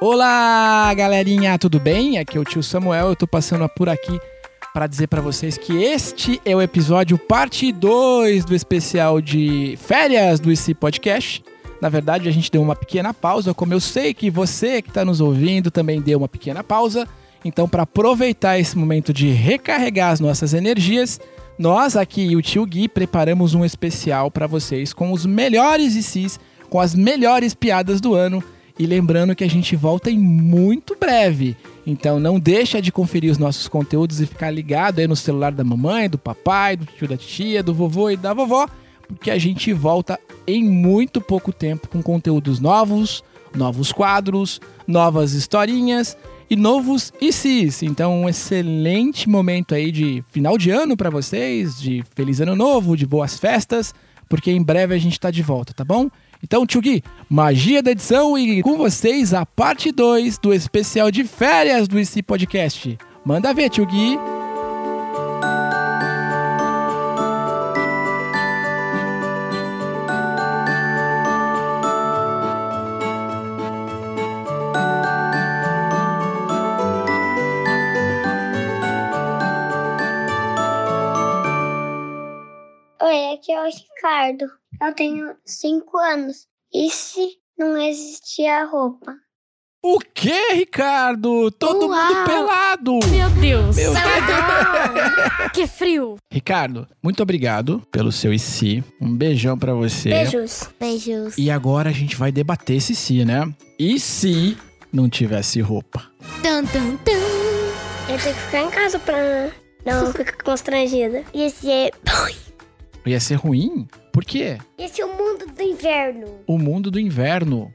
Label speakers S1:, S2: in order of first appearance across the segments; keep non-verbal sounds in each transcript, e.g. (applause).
S1: Olá, galerinha, tudo bem? Aqui é o tio Samuel, eu tô passando por aqui para dizer para vocês que este é o episódio parte 2 do especial de férias do IC Podcast. Na verdade, a gente deu uma pequena pausa, como eu sei que você que está nos ouvindo também deu uma pequena pausa. Então, para aproveitar esse momento de recarregar as nossas energias, nós aqui e o tio Gui preparamos um especial para vocês com os melhores ICs, com as melhores piadas do ano. E lembrando que a gente volta em muito breve. Então não deixa de conferir os nossos conteúdos e ficar ligado aí no celular da mamãe, do papai, do tio da tia, do vovô e da vovó, porque a gente volta em muito pouco tempo com conteúdos novos, novos quadros, novas historinhas e novos ICs. Então um excelente momento aí de final de ano para vocês, de feliz ano novo, de boas festas, porque em breve a gente tá de volta, tá bom? Então, Tio Gui, magia da edição e com vocês a parte 2 do especial de férias do IC Podcast. Manda ver, Tio Gui.
S2: Oi, aqui é o Ricardo. Eu tenho 5 anos. E se não existia roupa?
S1: O que, Ricardo? Todo
S3: Uau.
S1: mundo pelado!
S3: Meu Deus!
S1: Meu
S3: que frio!
S1: Ricardo, muito obrigado pelo seu IC. Um beijão pra você.
S2: Beijos.
S3: Beijos.
S1: E agora a gente vai debater esse se, né? E se não tivesse roupa?
S3: Tan, tan, tan.
S2: Eu tenho que ficar em casa pra não ficar constrangida. E se,
S1: Ia ser ruim? Por quê?
S2: e se o mundo do inverno?
S1: O mundo do inverno.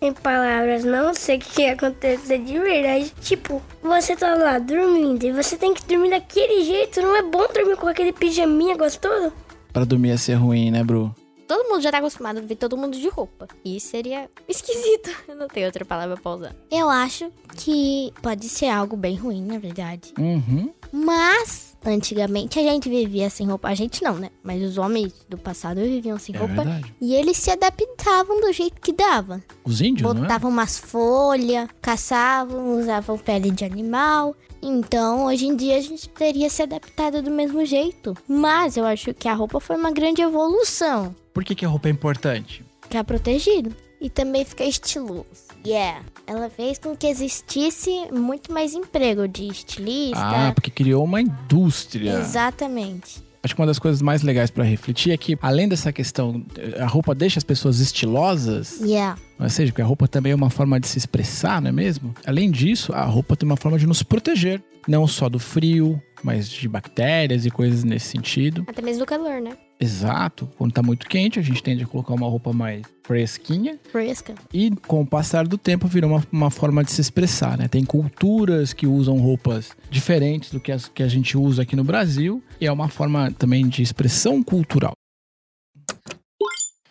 S2: Em palavras, não sei o que ia acontecer de verdade. Tipo, você tá lá dormindo e você tem que dormir daquele jeito. Não é bom dormir com aquele pijaminha gostoso?
S1: Pra dormir ia ser ruim, né, Bru?
S4: Todo mundo já tá acostumado a ver todo mundo de roupa. E isso seria (laughs) esquisito. Eu não tenho outra palavra pra usar.
S3: Eu acho que pode ser algo bem ruim, na verdade.
S1: Uhum.
S3: Mas, antigamente a gente vivia sem roupa. A gente não, né? Mas os homens do passado viviam sem
S1: É
S3: roupa.
S1: verdade.
S3: E eles se adaptavam do jeito que dava.
S1: Os índios, não é?
S3: Botavam umas folhas, caçavam, usavam pele de animal. Então, hoje em dia, a gente teria se adaptado do mesmo jeito. Mas eu acho que a roupa foi uma grande evolução.
S1: Por que, que a roupa é importante?
S3: ficar protegido e também ficar estiloso. Yeah. Ela fez com que existisse muito mais emprego de
S1: Ah,
S3: estilista.
S1: porque criou uma indústria.
S3: Exatamente.
S1: Acho que uma das coisas mais legais pra refletir é que, além dessa questão, a roupa deixa as pessoas estilosas,
S3: Yeah.
S1: ou seja, porque a roupa também é uma forma de se expressar, não é mesmo? Além disso, a roupa tem uma forma de nos proteger, não só do frio, mas de bactérias e coisas nesse sentido.
S4: Até mesmo do calor, né?
S1: Exato, quando tá muito quente, a gente tende a colocar uma roupa mais fresquinha.
S3: Fresca.
S1: E com o passar do tempo virou uma, uma forma de se expressar, né? Tem culturas que usam roupas diferentes do que as que a gente usa aqui no Brasil, e é uma forma também de expressão cultural.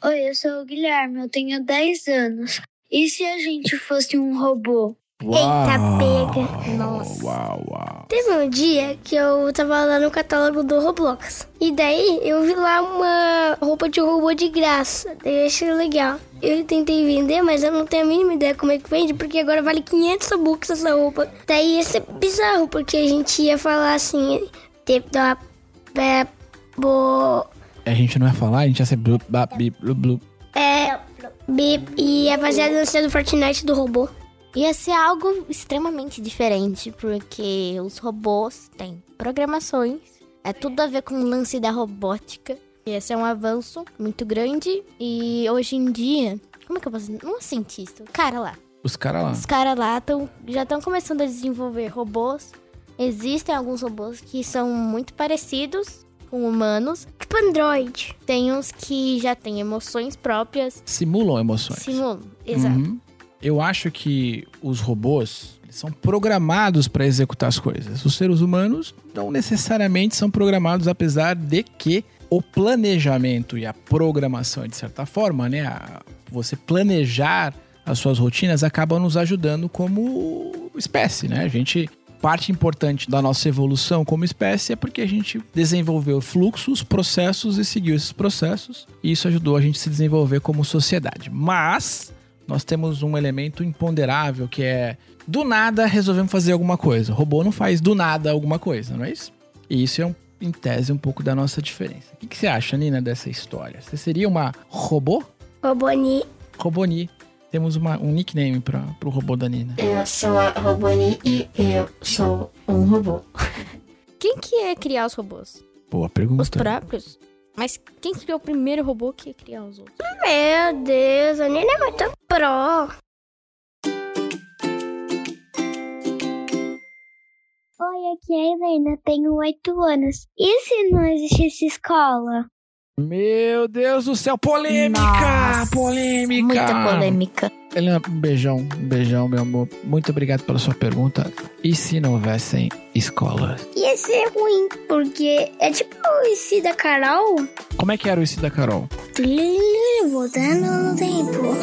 S2: Oi, eu sou o Guilherme, eu tenho 10 anos. E se a gente fosse um robô? pega.
S3: Nossa.
S1: Uau, uau.
S2: Teve um dia que eu tava lá no catálogo do Roblox. E daí eu vi lá uma roupa de robô de graça. Daí eu achei legal. Eu tentei vender, mas eu não tenho a mínima ideia como é que vende, porque agora vale 500 bucks essa roupa. Daí ia ser bizarro, porque a gente ia falar assim: Tep da pe- bo
S1: É, A gente não ia falar, a gente ia ser blu, ba, bi, blu, blu.
S2: é, bip, e é ia fazer a dança do Fortnite do robô.
S3: Ia ser algo extremamente diferente, porque os robôs têm programações, é tudo a ver com o lance da robótica. E esse é um avanço muito grande. E hoje em dia, como é que eu posso. Não é cientista, o cara lá.
S1: Os caras lá.
S3: Os caras lá tão, já estão começando a desenvolver robôs. Existem alguns robôs que são muito parecidos com humanos.
S2: Tipo Android.
S3: Tem uns que já têm emoções próprias.
S1: Simulam emoções.
S3: Simulam.
S5: Hum.
S3: Exato.
S1: Uhum. Eu acho que os robôs eles são programados para executar as coisas. Os seres humanos não necessariamente são programados, apesar de que o planejamento e a programação, de certa forma, né? a- você planejar as suas rotinas acabam nos ajudando como espécie, né? A gente. Parte importante da nossa evolução como espécie é porque a gente desenvolveu fluxos, processos e seguiu esses processos, e isso ajudou a gente a se desenvolver como sociedade. Mas nós temos um elemento imponderável que é do nada resolvemos fazer alguma coisa. O robô não faz do nada alguma coisa, não é isso? E isso é um- em tese um pouco da nossa diferença. O que, que você acha, Nina, dessa história? Você seria uma robô?
S2: Roboni,
S1: Roboni. Temos uma- um nickname para pro robô da Nina.
S5: Eu sou a Roboni e eu sou um
S3: (laughs)
S5: robô.
S4: Quem que é criar os robôs?
S1: Boa
S4: Os
S1: pergunta.
S4: próprios? Mas quem criou o primeiro robô que ia criar os outros?
S2: meu Deus, a Nina é muito pró.
S6: Oi, aqui é a Helena, tenho oito anos. E se não existisse escola?
S1: Meu Deus do céu, polêmica!
S5: Nossa,
S1: polêmica!
S5: Muita polêmica.
S1: Helena, um beijão, um beijão, meu amor. Muito obrigado pela sua pergunta. E se não houvessem escolas?
S2: Ia ser ruim, porque é tipo o IC da Carol.
S1: Como é que era o IC da Carol?
S2: Voltando no tempo.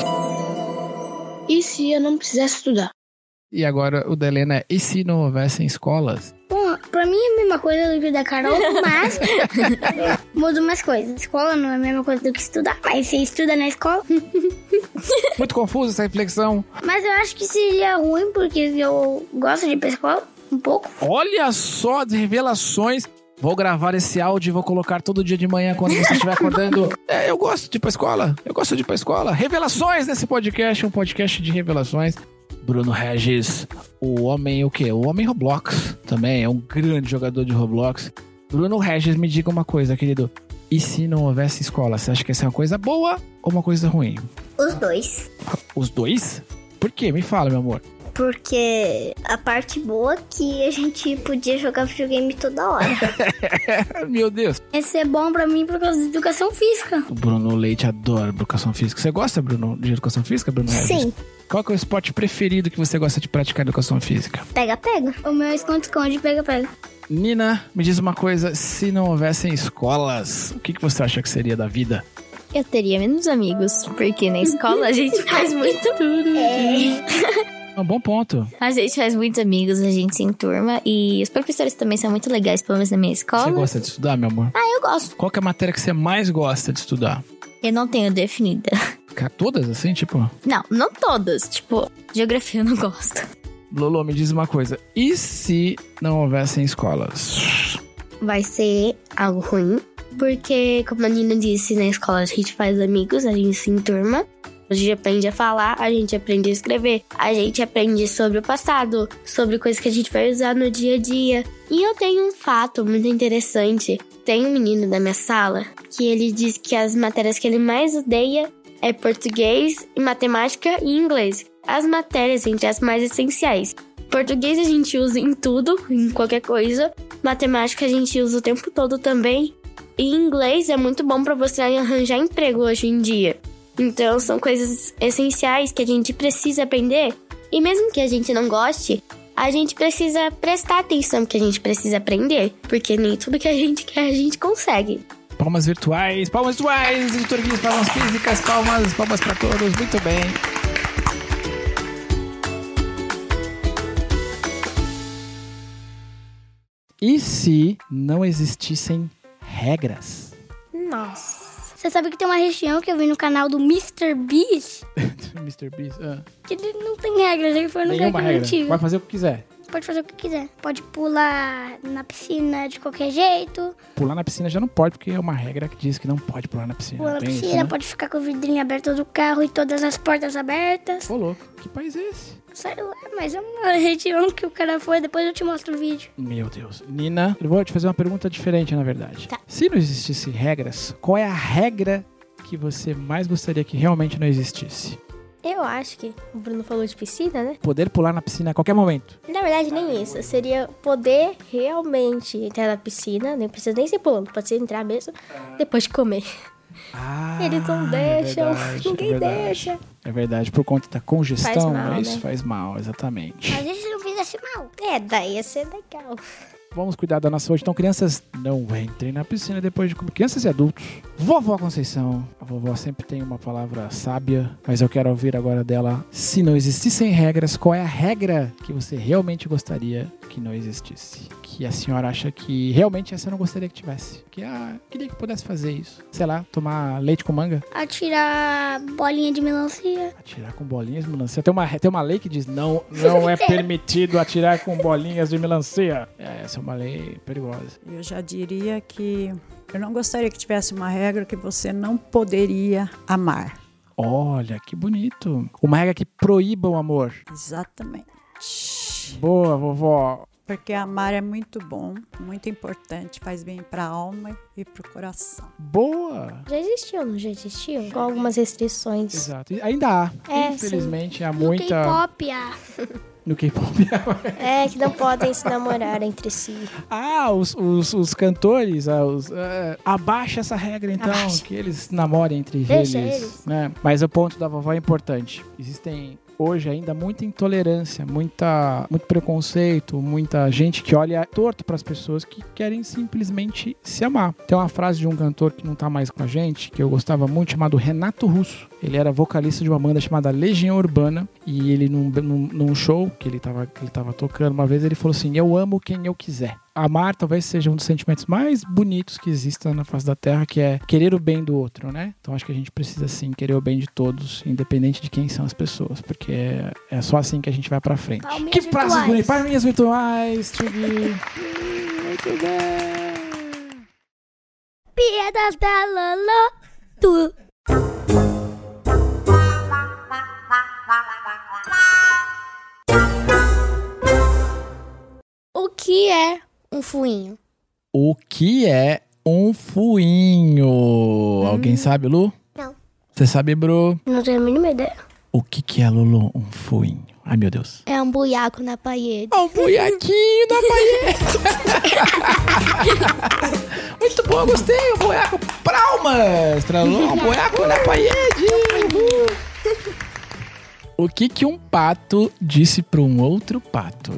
S5: E se eu não precisasse estudar?
S1: E agora o da Helena é, e se não houvessem escolas?
S2: Bom, pra mim é a mesma coisa do que o
S6: (laughs)
S2: da Carol, mas (laughs) muda umas coisas. Escola não é a mesma coisa do que estudar, mas você estuda na escola.
S1: Muito confusa essa reflexão.
S2: Mas eu acho que seria ruim, porque eu gosto de ir pra escola um pouco.
S1: Olha só as revelações. Vou gravar esse áudio e vou colocar todo dia de manhã quando você estiver acordando. É, eu gosto de ir pra escola. Eu gosto de ir pra escola. Revelações nesse podcast, um podcast de revelações. Bruno Regis, o homem o quê? O homem Roblox também, é um grande jogador de Roblox. Bruno Regis, me diga uma coisa, querido. E se não houvesse escola, você acha que essa é uma coisa boa ou uma coisa ruim?
S7: Os dois.
S1: Os dois? Por quê? Me fala, meu amor.
S7: Porque a parte boa é que a gente podia jogar videogame toda
S2: (laughs)
S7: hora.
S1: Meu Deus.
S2: Esse é bom pra mim por causa de educação física.
S1: O Bruno Leite adora educação física. Você gosta, Bruno, de educação física, Bruno Regis?
S7: Sim,
S1: Qual que é o esporte preferido que você gosta de praticar educação física?
S7: pega, pega.
S2: O meu esconde-esconde, pega-pega.
S1: Nina, me diz uma coisa. Se não houvessem escolas, o que, que você acha que seria da vida?
S4: Eu teria menos amigos, porque na escola a
S7: (laughs)
S4: gente faz muito tudo.
S1: É Um bom ponto.
S4: A gente faz muitos amigos, a gente se enturma. E os professores também são muito legais, pelo menos na minha
S1: Você
S4: escola.
S1: gosta de estudar, meu amor?
S4: Eu gosto.
S1: Qual que é a matéria que você mais gosta de estudar?
S4: Eu não tenho definida.
S1: Ca- Todas, assim, tipo...
S4: Não, não todas. Tipo, geografia eu não gosto.
S1: Lolo, me diz uma coisa. E se não houvessem escolas?
S7: Vai ser algo ruim, porque, como a Nina disse, na escola a gente faz amigos, a gente se enturma, a gente aprende a falar, a gente aprende a escrever, a gente aprende sobre o passado, sobre coisas que a gente vai usar no dia a dia. E eu tenho um fato muito interessante. Tem um menino da minha sala que ele diz que as matérias que ele mais odeia é português, matemática e inglês. As matérias, gente, as mais essenciais. Português a gente usa em tudo, em qualquer coisa. Matemática a gente usa o tempo todo também. E inglês é muito bom para você arranjar emprego hoje em dia. Então são coisas essenciais que a gente precisa aprender. E mesmo que a gente não goste, a gente precisa prestar atenção que a gente precisa aprender, porque nem tudo que a gente quer a gente consegue.
S1: Palmas virtuais, palmas virtuais, editor Guiz, palmas físicas, palmas, palmas pra todos. Muito bem. E se não existissem (laughs) regras?
S2: Você sabe que tem uma região que eu vi no canal do Mr. Beast
S1: Mr. Beast, ah,
S2: que ele não tem regras, ele foi no lugar
S1: nenhuma
S2: que eu
S1: regra.
S2: tive.
S1: Vai fazer o que quiser.
S2: Pode fazer o que quiser. Pode pular na piscina de qualquer jeito,
S1: Pular na piscina já não pode, porque é uma regra que diz que não pode pular na piscina.
S2: pular na
S1: Tem isso,
S2: piscina,
S1: né?
S2: pode ficar com o vidrinho aberto do carro e todas as portas abertas.
S1: Ô, louco, que país é esse?
S2: Sei lá, mas é uma (laughs) região que o cara foi, depois eu te mostro o vídeo.
S1: Meu Deus. Nina, eu vou te fazer uma pergunta diferente, na verdade.
S4: Tá.
S1: Se não existissem regras, qual é a regra que você mais gostaria que realmente não existisse?
S4: Eu acho que o Bruno falou de piscina, né?
S1: Poder pular na piscina a qualquer momento.
S4: Na verdade, nem isso. Seria poder realmente entrar na piscina. Nem precisa nem ser pulando, pode ser entrar mesmo. Depois de
S2: (laughs)
S4: comer.
S1: Ah,
S4: Eles não deixam, ninguém deixa.
S1: É verdade, por conta da congestão,
S4: Faz mal,
S1: né? isso
S4: né?
S1: faz mal, exatamente.
S2: Mas isso não fizesse mal.
S4: É, daí ia ser legal.
S1: Vamos cuidar da nossa saúde. Então, crianças, não entrem na piscina depois de comer. Crianças e adultos. Vovó Conceição. A vovó sempre tem uma palavra sábia, mas eu quero ouvir agora dela. Se não existissem regras, qual é a regra que você realmente gostaria que não existisse. Que a senhora acha que realmente essa eu não gostaria que tivesse. Que ah, queria que pudesse fazer isso. Sei lá, tomar leite com manga,
S2: Atirar bolinha de melancia.
S1: atirar com bolinhas de melancia. Tem uma, tem uma lei que diz não, não é permitido atirar com bolinhas de melancia. É, essa é uma lei perigosa.
S8: Eu já diria que eu não gostaria que tivesse uma regra que você não poderia amar.
S1: Olha, que bonito. Uma regra que proíba o amor.
S8: Exatamente.
S1: Boa, vovó.
S8: Porque amar é muito bom, muito importante, faz bem para a alma e para o coração.
S1: Boa.
S4: Já existiu, não já existiu? Com algumas restrições.
S1: Exato. E Ainda há.
S4: É,
S1: Infelizmente, há
S2: No
S1: muita.
S2: K-pop, ah,
S1: No K-pop.
S4: É, que não podem se namorar entre si.
S1: ah, os, os, os cantores. ah, os, ah, abaixa essa regra, então. Que eles namorem entre
S4: Deixa
S1: eles.
S4: eles.
S1: né? Mas o ponto da vovó é importante. Existem. Hoje ainda muita intolerância, muita, muito preconceito, muita gente que olha torto para as pessoas que querem simplesmente se amar. Tem uma frase de um cantor que não tá mais com a gente, que eu gostava muito, chamado Renato Russo. Ele era vocalista de uma banda chamada Legião Urbana e ele num, num, num show que ele tava, que ele tava tocando uma vez, ele falou assim: "Eu amo quem eu quiser". Amar talvez seja um dos sentimentos mais bonitos que exista na face da Terra, que é querer o bem do outro, né? Então acho que a gente precisa sim querer o bem de todos, independente de quem são as pessoas, porque é, é só assim que a gente vai pra frente.
S2: Palminhas
S1: que frases
S2: virtuais.
S1: bonitas, palminhas virtuais, Tchugui.
S2: Pedras da Lolo. Tu.
S3: O que é um fuinho?
S1: O que é um fuinho? Alguém sabe, Lu?
S2: Hum. Não.
S1: Você sabe, Bro?
S2: Não tenho a mínima ideia.
S1: O que que é, Lulu? Um fuinho. Ai, meu Deus.
S3: É um buiaco na parede.
S1: Ó, o buiaquinho da paella. (laughs) Muito bom, gostei. O buiaco Pralma. Estralou o um buiaco na parede. O que que um pato disse para um outro pato?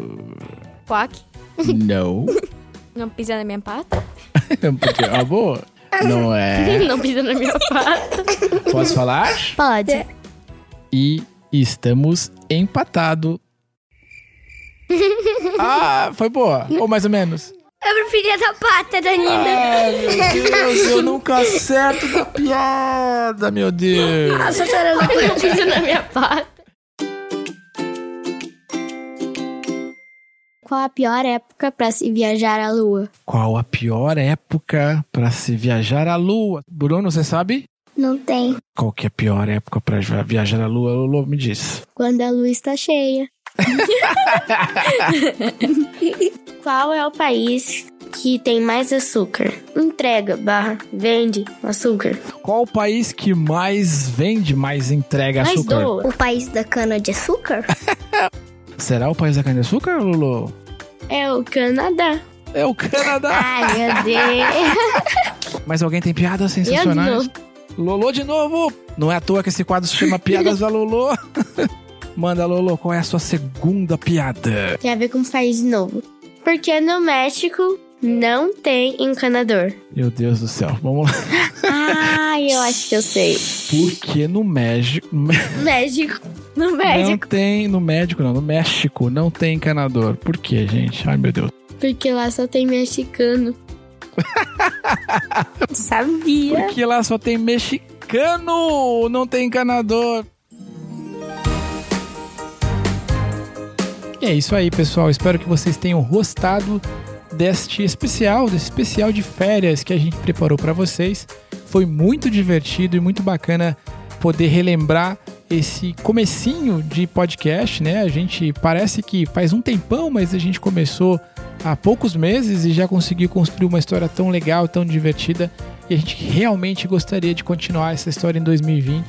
S9: Quack,
S1: (laughs) Não.
S9: não pisa na minha pata.
S1: Porque, amor, não é.
S3: (laughs) Não pisa na minha pata.
S1: Posso falar?
S3: Pode.
S2: É.
S1: E estamos (laughs) empatado. Ah, foi boa. Ou mais ou menos.
S2: Eu preferia da pata, Danina.
S1: Ai,
S7: É
S1: meu Deus, eu nunca acerto na piada, meu Deus.
S2: Nossa, senhora, não
S3: Não pisa na minha pata.
S7: Qual a pior época pra se viajar à lua?
S1: Qual a pior época pra se viajar à lua? Bruno, você sabe?
S6: Não tem.
S1: Qual que é a pior época pra vi- viajar à lua? Lulu, me diz.
S7: Quando a lua está (laughs) cheia. Qual é o país que tem mais açúcar? Entrega, barra, vende açúcar.
S1: Qual o país que mais vende, mais entrega
S7: Mais
S1: açúcar?
S7: doa.
S6: O país da cana-de-açúcar?
S1: Será o país da cana-de-açúcar, Lulu?
S7: É o Canadá.
S1: É
S7: (laughs)
S1: o Canadá.
S7: Ai, meu (laughs) Deus.
S1: Mas alguém tem piadas
S7: Eu
S1: sensacionais?
S7: de
S1: Lolo de novo! Não é à toa que esse quadro
S7: (laughs)
S1: se chama Piadas da Lulu. (laughs) Manda, Lulu, qual é a sua segunda piada?
S7: Tem a ver com o país de novo. Porque no México não tem encanador.
S1: Meu Deus do céu, vamos lá.
S7: Ai, eu acho que eu sei.
S1: Porque no México.
S7: México. No
S1: Não
S7: México.
S1: tem. No médico, não. No México não tem encanador. Por quê, gente? Ai, meu Deus.
S7: Porque lá só tem mexicano. (laughs) Sabia.
S1: Porque lá só tem mexicano. Não tem encanador. E é isso aí, pessoal. Espero que vocês tenham gostado deste especial, desse especial de férias que a gente preparou para vocês. Foi muito divertido e muito bacana poder relembrar esse comecinho de podcast, né? A gente parece que faz um tempão, mas a gente começou há poucos meses e já conseguiu construir uma história tão legal, tão divertida, e a gente realmente gostaria de continuar essa história em 2020.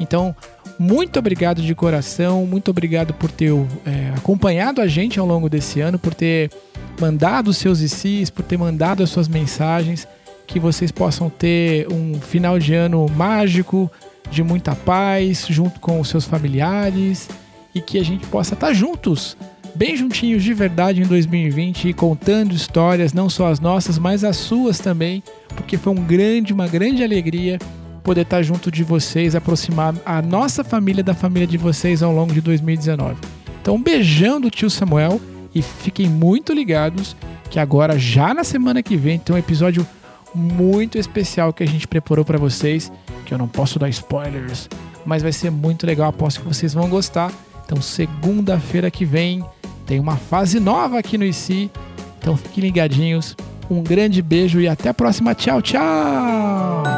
S1: Então, muito obrigado de coração, muito obrigado por ter é, acompanhado a gente ao longo desse ano, por ter mandado os seus ICs, por ter mandado as suas mensagens. Que vocês possam ter um final de ano mágico, de muita paz, junto com os seus familiares e que a gente possa estar juntos, bem juntinhos de verdade em 2020 e contando histórias, não só as nossas, mas as suas também, porque foi um grande, uma grande alegria poder estar junto de vocês, aproximar a nossa família da família de vocês ao longo de 2019. Então, um beijão do tio Samuel E fiquem muito ligados que agora, já na semana que vem, tem um episódio muito especial que a gente preparou para vocês, que eu não posso dar spoilers, mas vai ser muito legal, aposto que vocês vão gostar. Então, segunda-feira que vem, tem uma fase nova aqui no IC. Então, fiquem ligadinhos. Um grande beijo e até a próxima. Tchau, tchau!